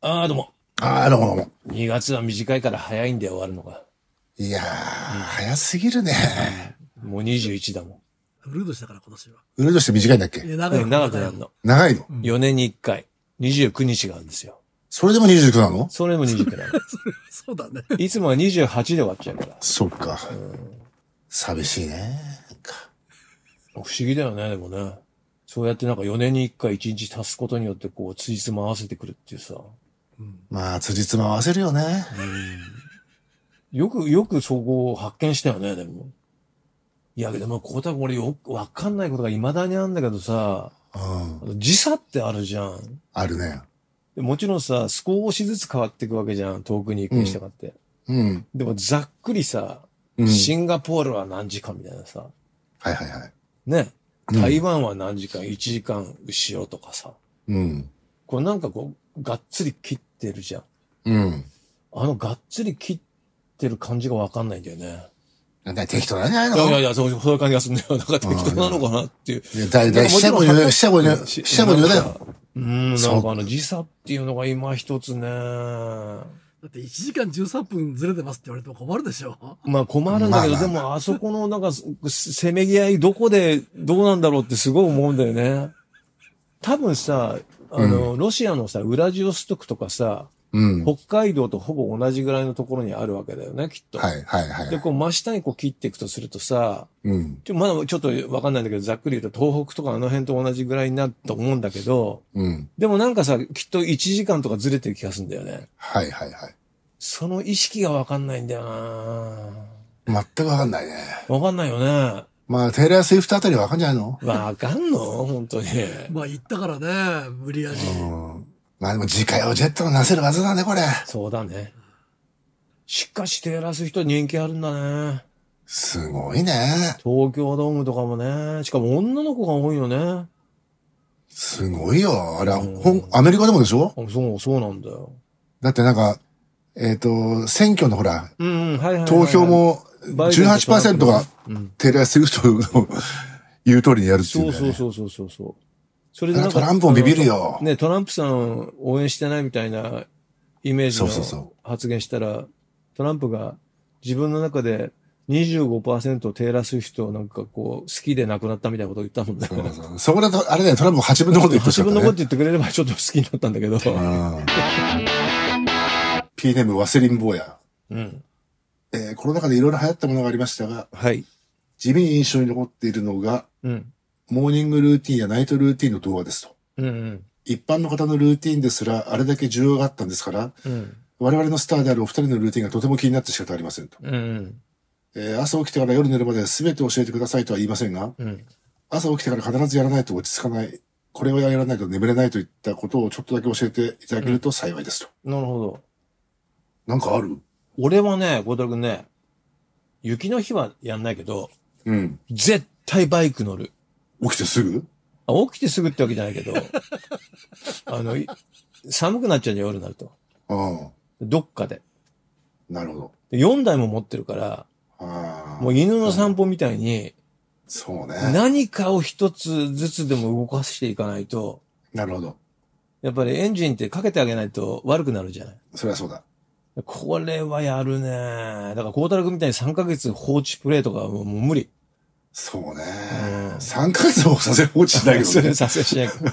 ああ、どうも。ああ、どうもどうも。 2月は短いから早いんで終わるのが。いやー、早すぎるね。もう21だもウルードしたから今年は。ウルドして短いんだっいけや、ん。長い長くなる。の。長いの。 4年に1回。29日があるんですよ。それでも29なのそれも29なの。 そうだね。いつもは28で終わっちゃうから。そっか。寂しいね。か不思議だよね、でもね。そうやってなんか4年に1回1日足すことによってこう、ついつま合わせてくるっていうさ。まあ、辻褄合わせるよね。よく、よくそこを発見したよね、でも。いや、でも、ここ多分俺よくわかんないことが未だにあるんだけどさ、うんあ。の時差ってあるじゃん。あるね。でもちろんさ、少しずつ変わっていくわけじゃん、遠くに行くにしたがって。うん。でもざっくりさ、うん。シンガポールは何時間みたいなさ、はいはいはい。ね、うん台湾は何時間、1時間後ろとかさ、うん。これなんかこう、がっつり切ってるじゃん。うん。あのがっつり切ってる感じがわかんないんだよね。だい適当なんじゃないいやいやのいや、そうそういう感じがするんだよ。なんか適当なのかなっていう。だいたい、四捨五入、四捨五入、四捨五入だよ。よ。うん、なんそうかあの時差っていうのが今一つね。だって1時間13分ずれてますって言われても困るでしょ。 まあ困るんだけど、まあまあでもあそこのなんかすせめぎ合いどこでどうなんだろうってすごい思うんだよね。多分さ、あの、ロシアのさ、ウラジオストクとかさ、うん。はい北海道とほぼ同じぐらいのところにあるわけだよね、きっと。はいはで、い。こう真下にこう切っていくとするとさ、うん。ちょまだちょっとわかんないんだけど、ざっくり言うと東北とかあの辺と同じぐらいになると思うんだけど、うん。でもなんかさ、きっと1時間とかずれてる気がするんだよね。はいはいはい。その意識がわかんないんだよな全くわかんないね。わかんないよね。まあ、テイラー・スウィフトあたりわかんじゃないのわかんの本当に。まあ行ったからね、無理やり。うん。まあでも、次回をジェットのなせる技だね、これ。そうだね。しかしテイラース人人気あるんだね。すごいね。東京ドームとかもね。しかも女の子が多いよね。すごいよ。あれ、うんほん、アメリカでもでしょあそう、そうなんだよ。だってなんか、えっ、と、選挙のほら、うん、うん、はいはいはい、はい。投票もバイデンとトランプ18%のがうん。テレアスウィフトの言う通りにやるっていうんそうそうだよね。そうそうそうそう。それだからトランプもビビる。よ。ね、トランプさん応援してないみたいなイメージそうそうその発言したら、トランプが自分の中で25%テイラー・スウィフトをなんかこう、好きで亡くなったみたいなことを言ったもんね。そうそうそこでと、あれだよ、トランプも8分のこと言ってほし自かっ分のた、ね。こと言ってくれればちょっと好きになったんだけど。うん。P ネームワセリン坊や。うん。えー、コロナ禍でいろいろ流行ったものがありましたが、はい。地味に印象に残っているのが、うん。モーニングルーティンやナイトルーティンの動画ですと。うんうん。一般の方のルーティンですら、あれだけ需要があったんですから、うん。我々のスターであるお二人のルーティンがとても気になって仕方ありませんと。うん。えー朝起きてから夜寝るまで全て教えてくださいとは言いませんが、うん。朝起きてから必ずやらないと落ち着かない、これをやらないと眠れないといったことをちょっとだけ教えていただけると幸いですと。なるほど。なんかある俺はね、小田君ね、雪の日はやんないけど、うん。絶対バイク乗る。起きてすぐあ起きてすぐってわけじゃないけ ど、あの、い寒くなっちゃうじゃん、夜になると。ああ、どっかで。なるほど。 4台も持ってるから、ああ。もう犬の散歩みたいに、そうね。な何かを一つずつでも動かしていかないと、るほど。やっぱりエンジンってかけてあげないと悪くなるじゃない。それはそうだ。これはやるね。だから、孝太郎君みたいに3ヶ月放置プレイとかはもうもう無理。そうね。うん3ヶ月もさせ放置しないけそど ねれ。させしないけど。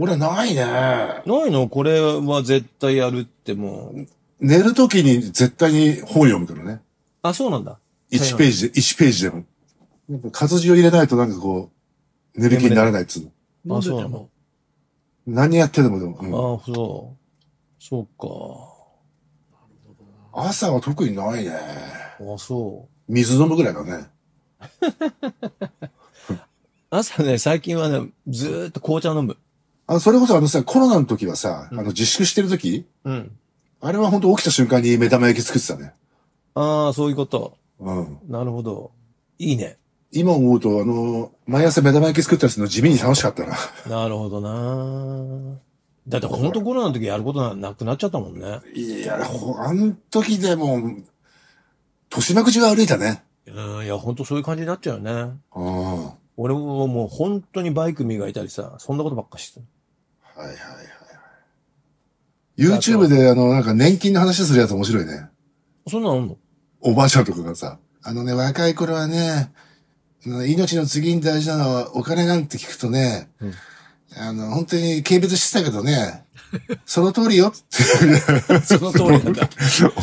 俺ないね。ない のこれは絶対やるってもう。寝るときに絶対に本読むけどね。あ、そうなんだ。 1ページで、1ページでも。やっぱ活字を入れないとなんかこう、寝る気にならないっつうの。飲んでてあそうなもの。何やってでもでも、うんああ、そう。そう朝は特にないね。か。あそう。水飲むぐらいだね。朝ね、最近はね、ずーっと紅茶飲む。あの、それこそあのさ、コロナの時はさ、うんあの、自粛してる時うん。あれは本当起きた瞬間に目玉焼き作ってたね。ああ、そういうこと。うん。なるほど。いいね。今思うと、あの、毎朝目玉焼き作ったりするの地味に楽しかったな。なるほどな。だって本当コロナの時やることななくなっちゃったもんね。いや、ほあの時でも、豊島口が歩いたね。うん、いや、本当そういう感じになっちゃうよね。うん。は俺ももう本当にバイク磨いたりさ、そんなことばっかしてた。いはいはいはい。 YouTube で、あの、なんか年金の話するやつ面白いね。そんなのあんのおばあちゃんとかがさ、あのね、若い頃はね、うん命の次に大事なのはお金なんて聞くとね、うんあの、本当に軽蔑してたけどね、 その通りよって。 その通りなんだ。やっ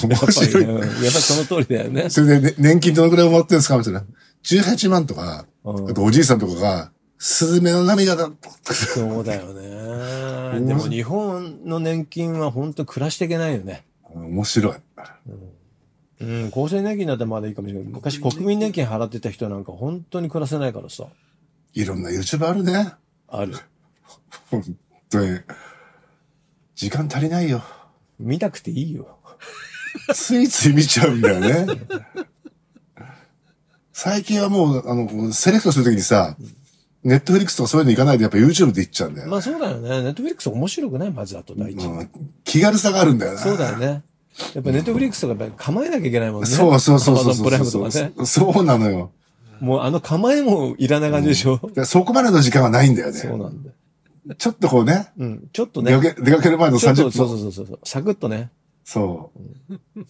面ぱり、白い。うんやっぱりその通りだよね。それで、ね、年金どのくらいもらってるんですかみたいな。18万とか、うんあとおじいさんとかが、スズメの涙だそうだよね。でも日本の年金は本当暮らしていけないよね。面白い。うん、厚生年金だったらまだいいかもしれない。昔国民年金払ってた人なんか本当に暮らせないからさ。いろんな YouTuber あるね。ある。本当に。時間足りないよ。見なくていいよ。ついつい見ちゃうんだよね。最近はもう、あの、こうセレクトするときにさ、ネットフリックスとかそういうの行かないでやっぱ YouTube で行っちゃうんだよ。まあそうだよね。ネットフリックス面白くないまずあと第一。うん気軽さがあるんだよな。そうだよね。やっぱネットフリックスとかやっぱ構えなきゃいけないもんね。そうそうそうそう Amazon そプライうムとそうかそね。う。そうなのよ。もうあの構えもいらない感じでしょ。だからそこまでの時間はないんだよそうね。なんだ。ちょっとこうね、うん。ちょっとね出。かけ出かける前のちょっ30と、分。そうそうそうそう。サクッとね。そう。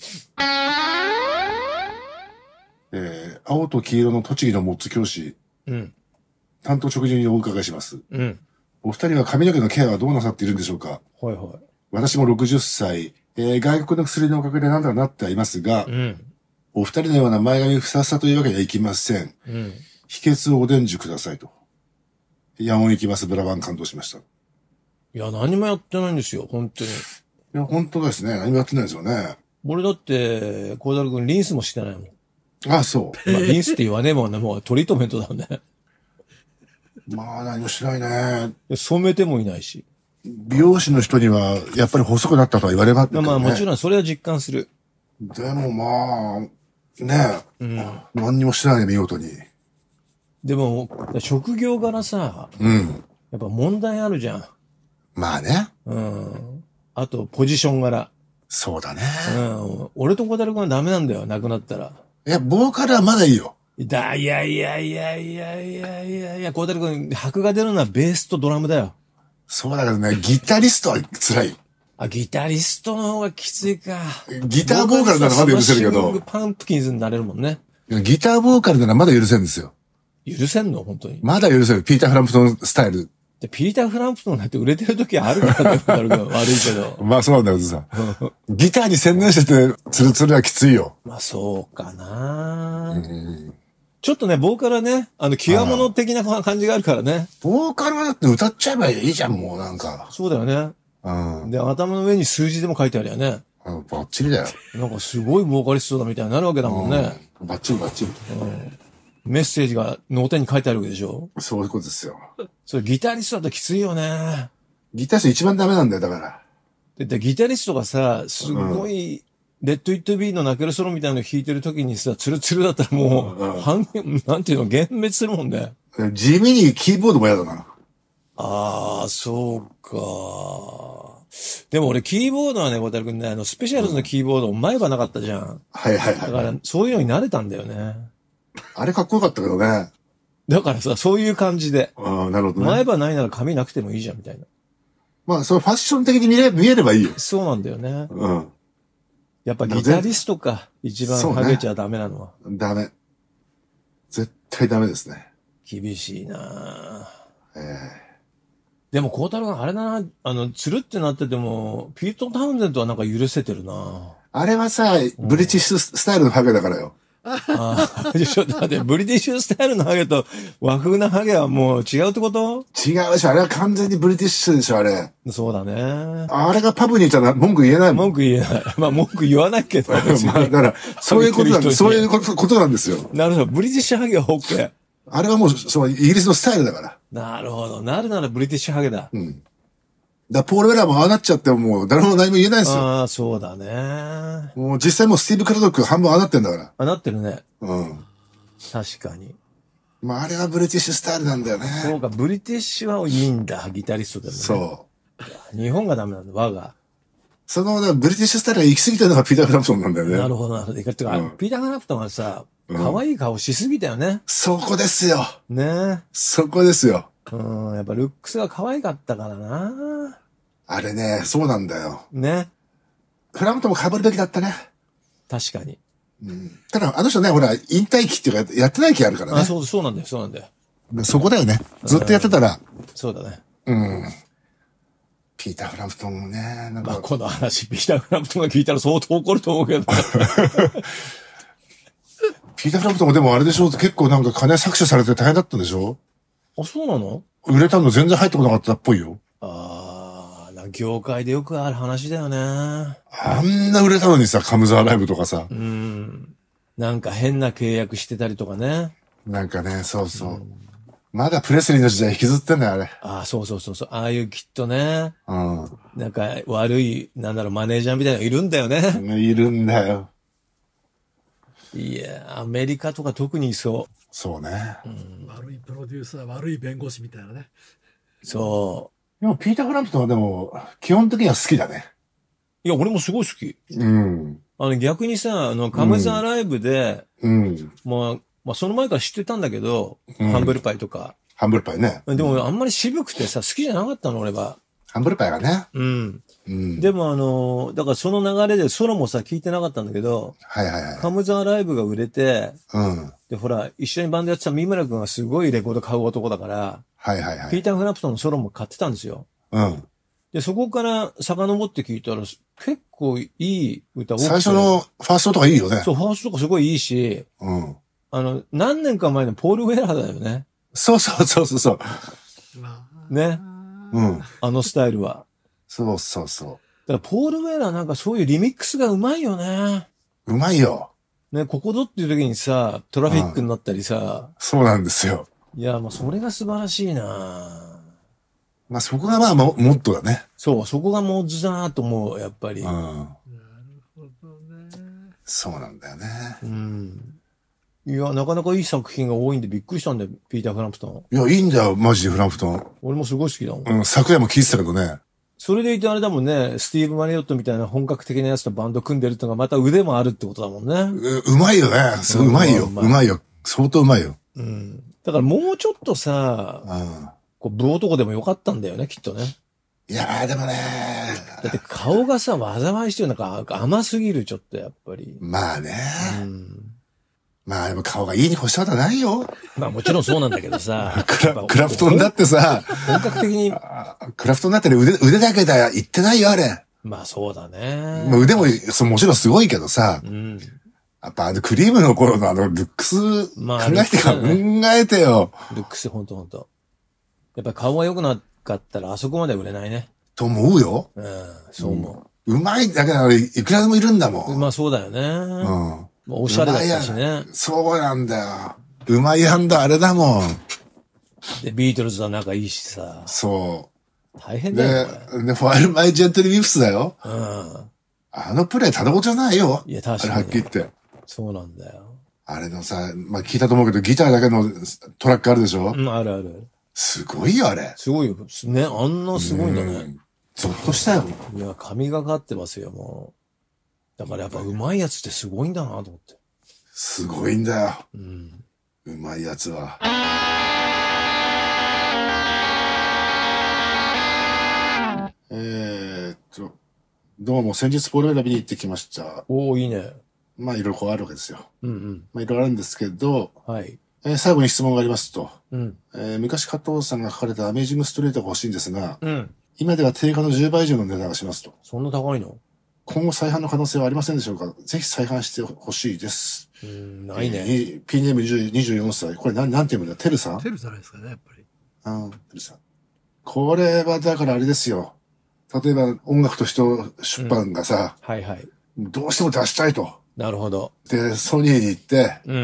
えー、青と黄色の栃木のモッツ教師、うん。担当直入にお伺いします。うん。お二人は髪の毛のケアはどうなさっているんでしょうかはいは私も60歳、えー外国の薬のおかげで何とかなってはいますがい。う、ん。お二人のような前髪ふさふさというわけにはいきません。うん。秘訣をお伝授くださいと。ヤモン行きます、ブラバン感動しました。いいや、何もやってないんですよ、本当に。や、本当ですね。何もやってないですよね。俺だって、孝太郎君リンスもしてないもん。あ、そ まあ、リンスって言わねえもんね、もうトリートメントだもん ね。う。 まあ、何もしないね。染めてもいないし。美容師の人には、やっぱり細くなったとは言われますけどね。まあもちろんそれは実感する。でもまあ、ねえ、うん何にもしてないね、見事に。でも、職業柄さ、うん。やっぱ問題あるじゃん。まあね。うん。あと、ポジション柄。そうだね。うん。俺と小太郎君はダメなんだよ、亡くなったら。いや、ボーカルはまだいいよ。だ、いやいやいやいやいやいやいや、小太郎君、箔が出るのはベースとドラムだよ。そうだけどね、ギタリストは辛い。あ、ギタリストの方がきついか。ギターボーカルならまだ許せるスけマッシングど、パンプキンズになれるもんね。ギターボーカルならまだ許せるんですよ。許せんの本当に。まだ許せる。ピーター・フランプトンスタイル。で、ピーター・フランプトンなんて売れてる時あるからね、 小太郎君。悪いけど。まあそうなんだけどさ。ギターに専念してて、ツルツルはきついよ。 まあ、そうかな、うんちょっとね、ボーカルはね、あの、極物的な感じがあるからね。ボーカルはだって歌っちゃえばいいじゃん、もうなんか。そうだよね。うん。で、頭の上に数字でも書いてあるよね。あのバッチリだよ。なんかすごいボーカリストだみたいになるわけだもんね。うんバッチリバッチリ。メッセージが脳天に書いてあるわけでしょそういうことですよ。それギタリストだときついよね。ギタリスト一番ダメなんだよ、だから。で、でギタリストがさ、すごい、レッド・イット・ビーの泣けるソロみたいなの弾いてる時にさ、ツルツルだったらもうんう、半減、なんていうの、幻滅するもんね。地味にキーボードも嫌だな。ああ、そうか。でも俺、キーボードはね、小太郎くんね、あの、スペシャルズのキーボード、前歯なかったじゃん。はいはいだはから、い。そういうのに慣れたんだよね。あれかっこよかったけどね。だからさ、そういう感じで。うん、なるほど前ね。歯ないなら髪なくてもいいじゃん、みたいな。まあ、それファッション的に見れ見えればいいよ。そうなんだよね。うん。やっぱギタリストか、一番そうね影ちゃダメなのは。ダメ。絶対ダメですね。厳しいなあえでも、孝太郎があれだな、あの、つるってなってても、ピート・タウンゼントはなんか許せてるなえあれはさ、ブリティッシュスタイルのハゲだからよ。ああ、ちょっと待って、ブリティッシュスタイルのハゲと和風なハゲはもう違うってこと違うでしょ。あれは完全にブリティッシュでしょ、あれ。そうだね。あれがパブにいたら文句言えないもん。文句言えない。 まあ文句言わないけ ど。別にまあ、だから、そういうことなんハゲてる人にでそういうことことなんですよ。なるほど。ブリティッシュハゲは OK。あれはもう、そのイギリスのスタイルだから。なるほど。なるならブリティッシュハゲだ。うん。だからポール・ウェラーもああなっちゃってもう誰も何も言えないんですよ。ああ、そうだね。あ、もう実際もうスティーブ・クラドック半分ああなってんだから。なってるね。うん。確かに。まああれはブリティッシュスタイルなんだよね。そうか、ブリティッシュはいいんだ。ギタリストでも、ね。そう。日本がダメなんだ、我が。その、だからブリティッシュスタイルが行き過ぎたのがピーター・フランプトンなんだよね。なるほど、なるほど。てか、うんピーター・ガラプトンはさ、うん可愛い顔しすぎたよね。そこですよ。ねそこですよ。うん、やっぱルックスが可愛かったからな。あれね、そうなんだよ。ね。フラムとも被るべきだったね。確かに。ただ、あの人ね、ほら、引退期っていうか、やってない期あるからあ、ね。そう、そうなんだよ、そうなんだよ。そこだよね。ずっとやってたら、そうだね。ピーター・フラムトンもね、なんまあ、か、この話、ピーター・フランプトンが聞いたら相当怒ると思う けど。ピーター・フラムトンもでもあれでしょ結構なんか金搾取されて大変だったんでしょあ、そうなの売れたの全然入ってこなかったっぽいよ。ああ、なんか業界でよくある話だよね。あんな売れたのにさ、カムザーライブとかさ、うん。なんか変な契約してたりとかね。なんかね、そうそう。まだプレスリーの時代引きずってんだよ、あれ。ああ、そうそうそうそう。ああいうきっとね、うなんか悪い、なんだろう、マネージャーみたいなのいるんだよね。ん。いるんだよ。いや、アメリカとか特にそそうね。悪いプロデューサー、悪い弁護士みたいなね。う。そでも、ピーター・フラムトンはでも、基本的には好きだね。う。いや、俺もすごい好き。うん。あの、逆にさ、あの、カムザーライブで、うん。まあ、まあ、その前から知ってたんだけど、うんハンブルパイとか。ハンブルパイね。でも、あんまり渋くてさ、好きじゃなかったの、俺は。ハンブルパイがね。うん。うん。でも、あの、だからその流れでソロもさ、聞いてなかったんだけど、はいはいはい。カムザーライブが売れて、うん。で、ほら、一緒にバンドやってた三村くんがすごいレコード買う男だから、はいはいはピい。ーター・フラプトンのソロも買ってたんですよ。うん。で、そこから遡って聞いたら、結構いい歌多くて最初のファーストとかいいよね。そう、ファーストとかすごいいいし、うん。あの、何年か前のポール・ウェラーだよね。そうそうそうそうそう。まあね。うん。あのスタイルは。そうそうそだから、ポール・ウェラーなんかそういうリミックスがうまいよね。う。うまいよ。ね、ここぞっていう時にさ、トラフィックになったりさ、そうなんですよ。いや、もうそれが素晴らしいなまあそこがまあも、もっとだね。そう、そこがモッズだなと思う、やっぱりう。ん。なるほどね。そうなんだよね。うん。いや、なかなかいい作品が多いんでびっくりしたんだよ、ピーター・フランプトン。いや、いいんだよ、マジでフランプトン。俺もすごい好きだもん。うん、昨夜も聞いてたけどね。それでいてあれだもんね、スティーブ・マリオットみたいな本格的なやつとバンド組んでるってのがまた腕もあるってことだもんね。ううまいよね。そううんうまいよ。ううまいまいよ。相当うまいよ。うん。だからもうちょっとさ、うん。こう、ブ男でもよかったんだよね、きっとね。いやー、でもねだって顔がさ、災いしてるなんか甘すぎる、ちょっとやっぱり。まあね。うん。まあでも顔がいいに越したことはないよ。。まあもちろんそうなんだけどさクラクラフトンだってさ、本格的に、あクラフトンだってね、腕、腕だけだよ。言ってないよ、あれ。まあそうだまあね。腕も、そうもちろんすごいけどさう、ん。やっぱあのクリームの頃のあのルックス、考まあえてか、ルックスだ考えてよ。ルックス、ほんとほんと。やっぱ顔が良くなかったらあそこまで売れないね。と思うよ。うん、そう思うまいだけならいくらでもいるんだう。もん。まあそうだよね。まあうん。おしゃれだったしうまいね。やんそうなんだよ。うまいやんだ、あれだもん。で、ビートルズは仲いいしさ。そ大う。変でだよ、これ、で、ファイルマイジェントリーウィフスだよ。うん。あのプレイただごとじゃないよ。いや、あ確れかはっにきり言って。そうなんだよ。あれのさ、まあ、聞いたと思うけど、ギターだけのトラックあるでしょ、うん、あるある。すごいよ、あれ。すごいよ。すね、あんなすごいんだうね。ん。ゾッとしたよ。いや、神がかってますよ、もう。だからやっぱ上手いやつってすごいんだなと思って。すごいんだよ。うん。うまいやつは。えーっと、どうも先日ポール選びに行ってきました。おー、いいね。まあ、いろいろこうあるわけですよ。うんうん。まあ、いろいろあるんですけど、はい。えー最後に質問がありますと。うん。えー昔加藤さんが書かれたアメージングストレートが欲しいんですが、うん。今では定価の10倍以上の値段がしますと。そんな高いの今後再販の可能性はありませんでしょうかぜひ再販してほしいです。うん、ないね。えー。P ネーム10 24歳。これ何、なんて読むんだテルさんテルじゃないですかね、やっぱり。うん、テルさん。これはだからあれですよ。例えば音楽と人出版がさ、はいはい。どうしても出したいと。なるほど。で、ソニーに行ってうんう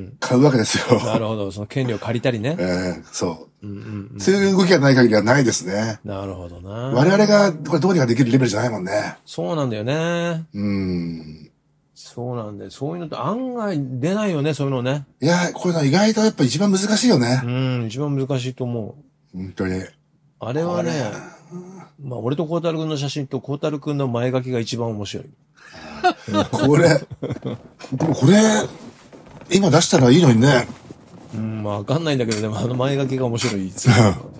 ん買うわけですよ。うん。なるほど。その権利を借りたりね え。ーそうんうんうんう。そういう動きがない限りはないですね。なるほどな。我々がこれどうにかできるレベルじゃないもんね。そうなんだよね。うん。そうなんだよ。そういうのって案外出ないよね、そういうのね。いや、これの意外とやっぱ一番難しいよねう。ん、一番難しいと思う。本当に。あれはあねれ、まあ俺と孝太郎くんの写真と孝太郎くんの前書きが一番面白い。これ、でもこれ、今出したらいいのにね。うん、まあわかんないんだけど、でもあ の前書きが面白いですよ。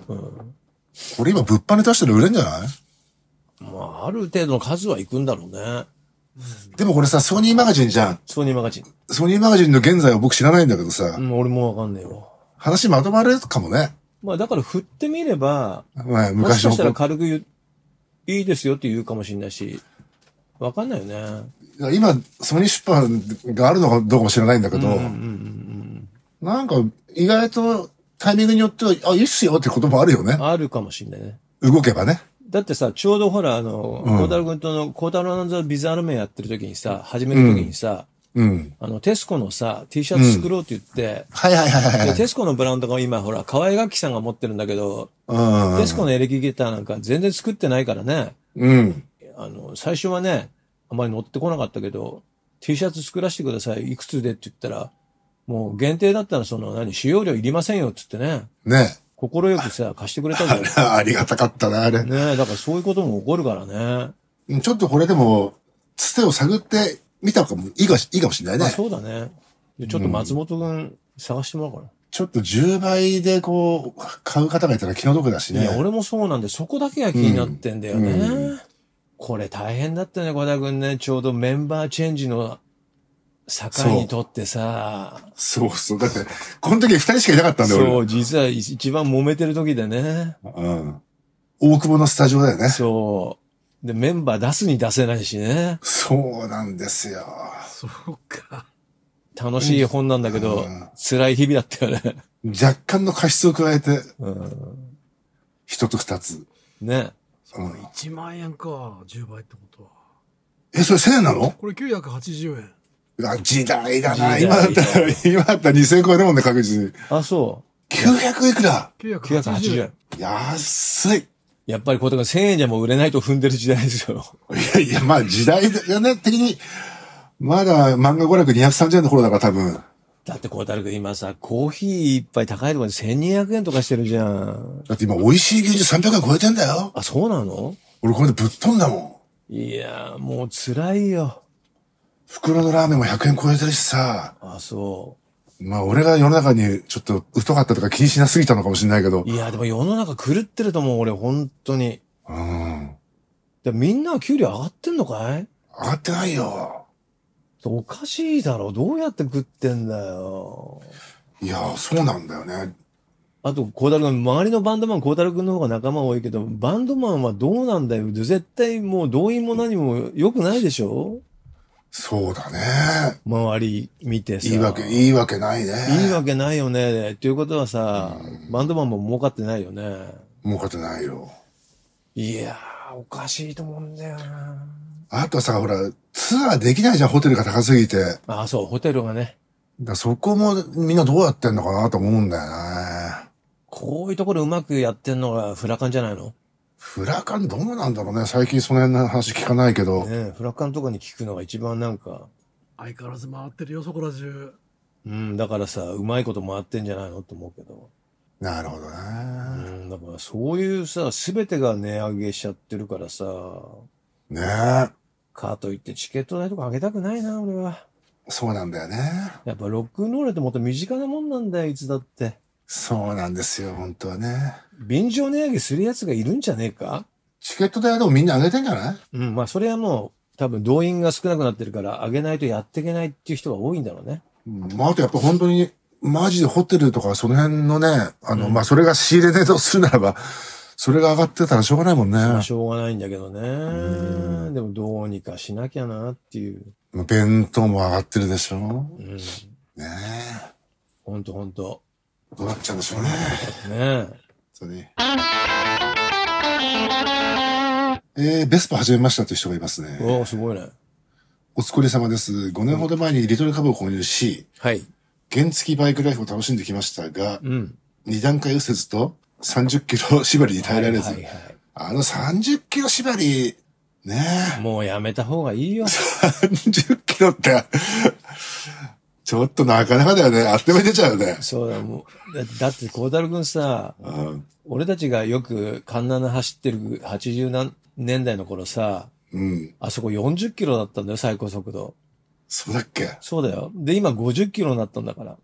うん。これ今物販で出したら売れんじゃないある程度の数はいくんだろうね。でもこれさ、ソニーマガジンじゃん。ソニーマガジン。ソニーマガジンの現在は僕知らないんだけどさう、ん、俺もわかんねえわ。話まとまるかもね。まあだから振ってみれば、まあ、もし昔かのしたらこ軽く言う、いいですよって言うかもしれないし、わかんないよね。う。今、ソニー出版があるのかどうかも知らないんだけど、うんうんうんなんか意外とタイミングによっては、あ、いいっすよってこともあるよねうん。。あるかもしれないね。動けばね。だだってさ、ちょうどほら、あの、うん孝太郎君との、孝太郎のビザール面やってる時にさ、始める時にさ、うん。あの、テスコのさ、T シャツ作ろうって言って、はいはいはいはいで、はい。テスコのブランドが今、ほら、河合楽器さんが持ってるんだけど、うんテスコのエレキギターなんか全然作ってないからね、うん。あの、最初はね、あまり乗ってこなかったけど、T シャツ作らせてください、いくつでって言ったら、もう限定だったらその、何、使用料いりませんよって言ってね、ね心よくさ、貸してくれたんだよ。ね あありがたかったな、あれ。え、だからそういうことも起こるからね。ちょっとこれでも、つてを探ってみたかも、いいかしいいかもしれないまあね。そうだね。でちょっと松本くん探してもらおうかちょっと10倍でこう、買う方がいたら気の毒だしな。ね。いや、俺もそうなんで、そこだけが気になってんだよね。うこれ大変だったね、小田くんね。ちょうどメンバーチェンジの境にとってさ。そうそう。だって、この時2人しかいなかったんだよ、そう、実は一番揉めてる時でね。俺。うん。大久保のスタジオだよね。そう。で、メンバー出すに出せないしね。そうなんですよ。そうか。楽しい本なんだけど、うん辛い日々だったよね。若干の過失を加えて、うん、 1と2つ。ね。うん1万円か。10倍ってことは。え、それ1000円なのこれ980円。あ時代だな。時代今だったら、今だったら2000超えるもんね、確実に。あ、そ900いくらう。980 980円円。。安い。やっぱりこれが1000円じゃもう売れないと踏んでる時代ですよ。いやいや、まあ時代だね、的に、まだ漫画娯楽230円の頃だから多分。だって孝太郎君今さ、コーヒー一杯高いところで1200円とかしてるじゃん。だって今美味しい牛乳300円超えてんだよ。あ、そうなの俺これでぶっ飛んだもん。いやー、もう辛いよ。袋のラーメンも100円超えてるしさ。あ、そまあ俺が世の中にちょっと疎かったとか気にしなすぎたのかもしれないけどう。。いや、でも世の中狂ってると思う、俺、本当に。うん。でみんな給料上がってんのかい上がってないよ。おかしいだろ。どうやって食ってんだよ。いや、そうなんだよね。あと、孝太郎君、周りのバンドマン、孝太郎君の方が仲間多いけど、バンドマンはどうなんだよ。絶対もう動員も何も良くないでしょそうだね。周り見てさ。いいわけ、いいわけないね。いいわけないよね。ということはさ、バンドマンも儲かってないよね。儲かってないよ。いやー、おかしいと思うんだよな。あとさ、ほら、ツアーできないじゃん、ホテルが高すぎて。あ、そう、ホテルがね、だからそこもみんなどうやってんのかなと思うんだよね。こういうところうまくやってんのがフラカンじゃないのねフラカンどうなんだろうね。最近その辺の話聞かないけど。えフラカンとかに聞くのが一番なんか、相変わらず回ってるよ、そこら中。うん、だからさ、うまいこと回ってんじゃないのと思うけど。なるほどうね。ん、だからそういうさ、すべてが値上げしちゃってるからさ、ねえ。かといってチケット代とか上げたくないな、俺は。そうなんだよね。やっぱロックンロールってもっと身近なもんなんだよ、いつだって。そうなんですよ、本当はね。便乗値上げする奴がいるんじゃねえかチケット代はでもみんな上げてんじゃないうん、まあそれはもう多分動員が少なくなってるから上げないとやっていけないっていう人が多いんだろうね。うんまあ、あとやっぱ本当に、マジでホテルとかその辺のね、あの、うんまあ、それが仕入れ値とするならば、それが上がってたらしょうがないもんね。まあしょうがないんだけどうね。でもどうにかしなきゃなっていう。弁当も上がってるでしょうん。ねほんとほんと。え。どうなっちゃうんでしょうね。ねえ。本当に。えー、ベスパ始めましたという人がいますね。おおすごいね。お疲れ様です。5年ほど前にリトル株を購入し、はい。原付バイクライフを楽しんできましたが、うん。 2段階右折と30キロ縛りに耐えられず、はいはいはあの30キロ縛り、ねいもうやめた方がいいよ。え、30キロって、ちょっとなかなかだよね。あっという間に出ちゃうよね。そうだ、もう。だだって、孝太郎くんさ、うん俺たちがよくカンナナ走ってる80何年代の頃さ、うん。あそこ40キロだったんだよ、最高速度。そうだっけそうだよ。で、今50キロになったんだから。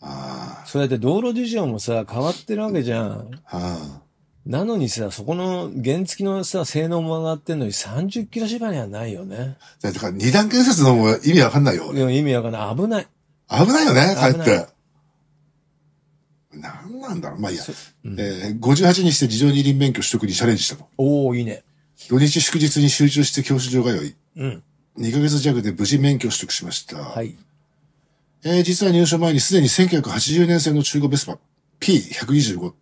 あそれって道路事情もさ、変わってるわけじゃん。あ。ああ。なのにさ、そこの原付きのさ、性能も上がってんのに30キロ縛りはないよね。だから二段建設のも意味わかんないよ。でも意味わかんない。危ない。危ないよね、かえっ危なて。なんなんだろう。まあいいや。うんえー、58にして自動二輪免許取得にチャレンジしたと。おー、いいね。土日祝日に集中して教習所通い。うん。 2ヶ月弱で無事免許を取得しました。はい。えー実は入所前にすでに1980年製の中古ベスパ P125、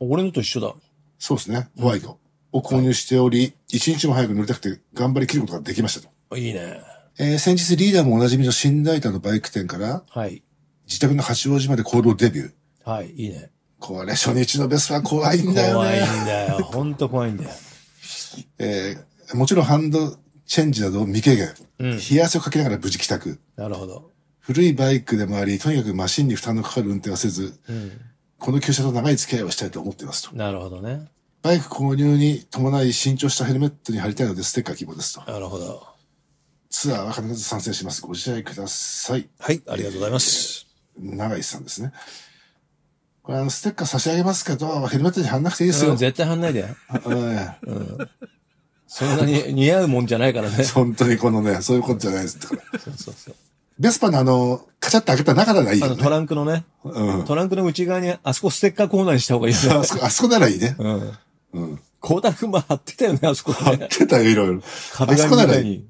俺のと一緒だ。そうですね、ホワイトを購入しており、一日も早く乗りたくて頑張り切ることができましたと。いいね。えー先日リーダーもおなじみの新大田のバイク店からはい。自宅の八王子まで行動デビュー。はい、いいね。これ初日のベスパ怖いんだよ怖いね。んだよ。 ほんと怖いんだよ。えーもちろんハンドチェンジなど未経験。うん。冷や汗をかけながら無事帰宅。なるほど。古いバイクでもあり、とにかくマシンに負担のかかる運転はせず、うん。この旧車と長い付き合いをしたいと思っていますと。なるほどね。バイク購入に伴い新調したヘルメットに貼りたいのでステッカー希望ですと。なるほど。ツアーは必ず参戦します。ご自愛ください。はい、ありがとうございます。長井さんですね。これあの、ステッカー差し上げますけど、ヘルメットに貼んなくていいですうよ。ん、絶対貼んないで。うんそんな に似合うもんじゃないからね。本当にこのね、そういうことじゃないです。だからそうそうそう。ベスパのあの、カチャッと開けた中ならいいあよの、ねト。ランクのね、うん。トランクの内側に、あそこステッカーコーナーにした方がいいよね。あそこ、あそこならいいね。うん。うん。コーダクマ貼ってたよね、あそこ貼ねっ。てたよ、いろいろ。壁紙みたいに。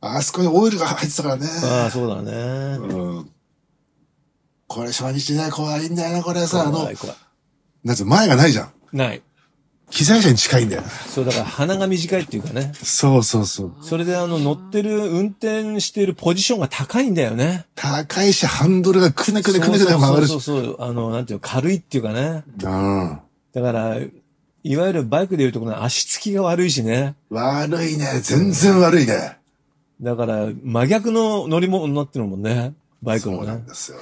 あそこにオイルが入ってたからね。ああ、そうだね。うん。これ初日ね、怖いんだよな、これさ、あの怖い、怖いなんつうの前がないじゃん。ない。被災者に近いんだよ。そう、だから鼻が短いっていうかね。そうそうそう。それであの、乗ってる、運転してるポジションが高いんだよね。高いし、ハンドルがくねくねくねくね曲がるしそう。そうそうそう、あの、なんていうの軽いっていうかね。うん。だから、いわゆるバイクでいうとこの足つきが悪いしね。悪いね。全然悪いね。だから、真逆の乗り物になってるもんね。バイクそもうなねん。ですよ。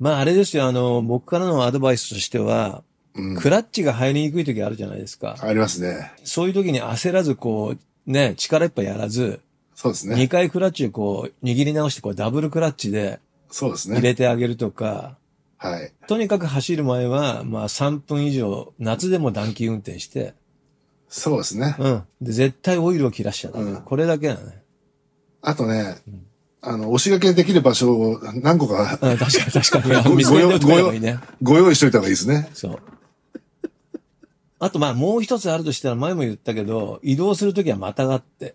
まあ、あれですよ、あの、僕からのアドバイスとしては、うん。クラッチが入りにくい時あるじゃないですか。ありますね。そういう時に焦らず、こう、ね、力いっぱいやらず、そうです2ね。回クラッチをこう、握り直して、こう、ダブルクラッチでそうです入ね。れてあげるとか、はい。とにかく走る前は、まあ、3分以上、夏でも暖気運転して、そうですね。うん。で、絶対オイルを切らしちゃダメうんこれだけだね。あとね、あの、押し掛けできる場所を何個かうん、確かに確か ごに。見つけておいたご方用がいいね。ご用意しといた方がいいですね。そう。あと、まあ、もう一つあるとしたら、前も言ったけど、移動するときはまたがって。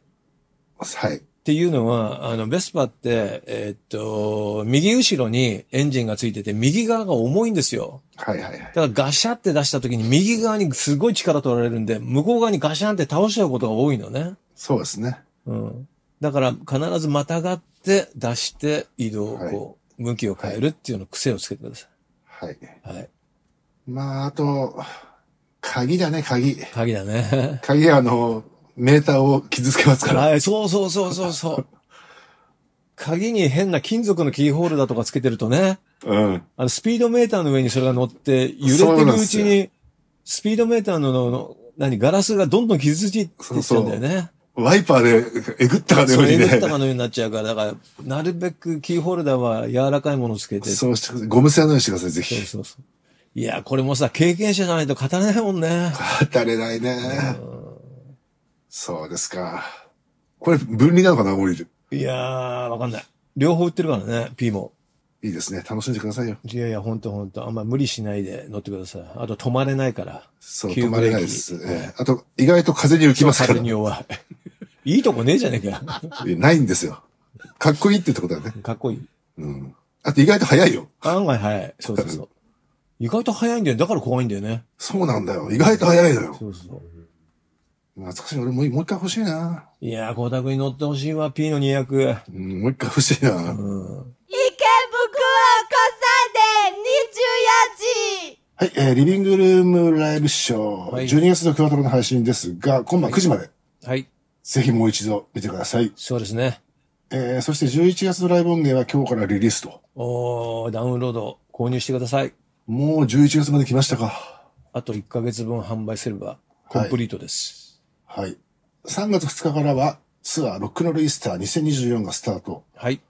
はい。っていうのは、あの、ベスパって、えーっと、右後ろにエンジンがついてて、右側が重いんですよ。はいはいはい。だからガシャって出した時に右側にすごい力取られるんで、向こう側にガシャンって倒しちゃうことが多いのね。そうですね。うん。だから必ずまたがって出して移動をこう、向きを変えるっていうのを癖をつけてくださはい。い。はい。まあ、あと、鍵だね、鍵。鍵だね。鍵はあの、メーターを傷つけますから。はい、そうそうそうそう そう。鍵に変な金属のキーホルダーとかつけてるとね、うん。あの、スピードメーターの上にそれが乗って、そ揺うれてなんるでうすちよに、スピードメーターの、のの何、ガラスがどんどん傷ついていっちゃうんだよね。ワイパーでえぐったかのよそうう、えにぐったね。かのようになっちゃうから、だから、なるべくキーホルダーは柔らかいものをつけて。そうそうしてください、ゴム製のようにしてください、ぜそうひ。そういや、これもさ、経験者じゃないと語れないもんね。当たれないね。そうですか。これ、分離なのかな、オイル。いやー、わかんない。両方売ってるからね、P も。いいですね。楽しんでくださいよ。いやいや、ほんとほんと。あんま無理しないで乗ってください。あと止まれないから。そう、急止ブまレーキれないです。ええあと、意外と風に浮きますか風ら。に弱い。いいとこねえじゃねえかよ。ないんですよ。かっこいいってことだね。かっこいい。うん。あと、意外と早いよ。案外早い。そうそうそう。意外と早いんだよ。だから怖いんだよね。そうなんだよ。意外と早いのよ。そうそう。懐かしい。俺もう、もう一回欲しいな。いやー、光沢に乗ってほしいわ、P の200。うん、もう一回欲しいな。うん。池袋コはサで24時い、えー、リビングルームライブショー。はい12月のクワトロの配信ですが、今晩9時まで、はい。ぜひもう一度見てください。そうですね。えー、そして11月のライブ音源は今日からリリースと。おーダウンロード購入してください。もう11月まで来ましたか。あと1ヶ月分販売すれば、コンプリートです。はい。3月2日からはツアーロックノルイースター2024がスタート。はい。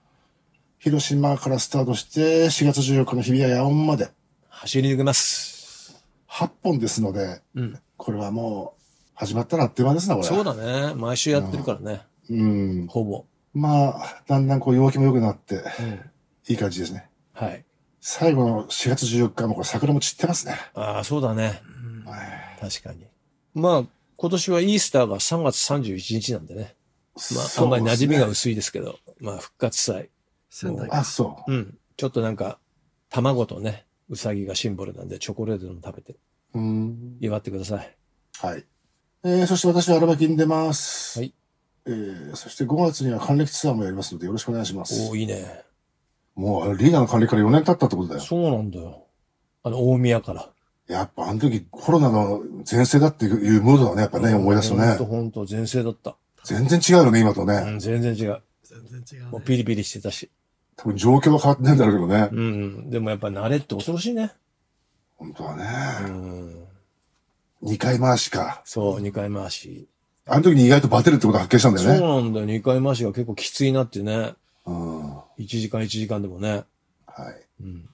広島からスタートして4月14日の日比谷野音まで走り抜けます。 8本ですので、うん。これはもう、始まったらあっという間ですな、これ。そうだね。毎週やってるからね。うん。ほぼ。まあ、だんだんこう、陽気も良くなって、うんいい感じですね。はい。最後の4月14日もこれ桜も散ってますね。ああ、そうだね。うんはい確かに。まあ、今年はイースターが3月31日なんでね。まあ、あんまり馴染みが薄いですけど、まあ、復活祭。仙台あ、そうん。ちょっとなんか、卵とね、うさぎがシンボルなんで、チョコレートでも食べてう。うん。祝ってください。はい。えー、そして私はアルバキン出ます。はい。えー、そして5月には還暦ツアーもやりますのでよろしくお願いしまおす。おいいね。もうリーダーの還暦から4年経ったってことだよ。そうなんだよ。あの、大宮から。やっぱあの時コロナの前世だっていうムードだね、やっぱね、思い出すとほんねと。ほんと、全盛だった。全然違うよね、今とうね。ん、全然違う。全然違もううね。ピリピリしてたし。多分状況は変わってないんだろうけどね。うんうん。でもやっぱ慣れって恐ろしいね。本当はうね。ん。 2回回しか。そう、二回回し。あの時に意外とバテるってことを発見したんだそうよね。なんだよ。二回回しが結構きついなってね。うん。は一時間一時間でもね。い。うん。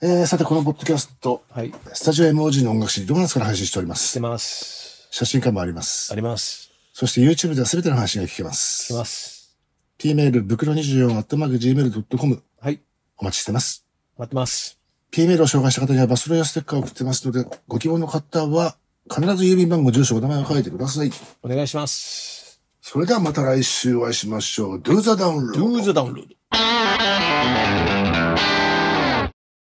えー、さて、このポッドキャスト、はい。知っスタジオ MOG の音楽誌、ドーナツから配信しておりまてす。ます。写真館もありますあ。ります。そして YouTube では全ての配信が聞けま来す。ます。 pmail 袋24 at mark gmail.com はい。お待ちしてます。待ってます。 pmail を紹介した方にはバスロイヤステッカーを送ってますので、ご希望の方は必ず郵便番号、住所、お名前を書いてください。お願いします。それではまた来週お会いしましょう。Do the download! Do the download.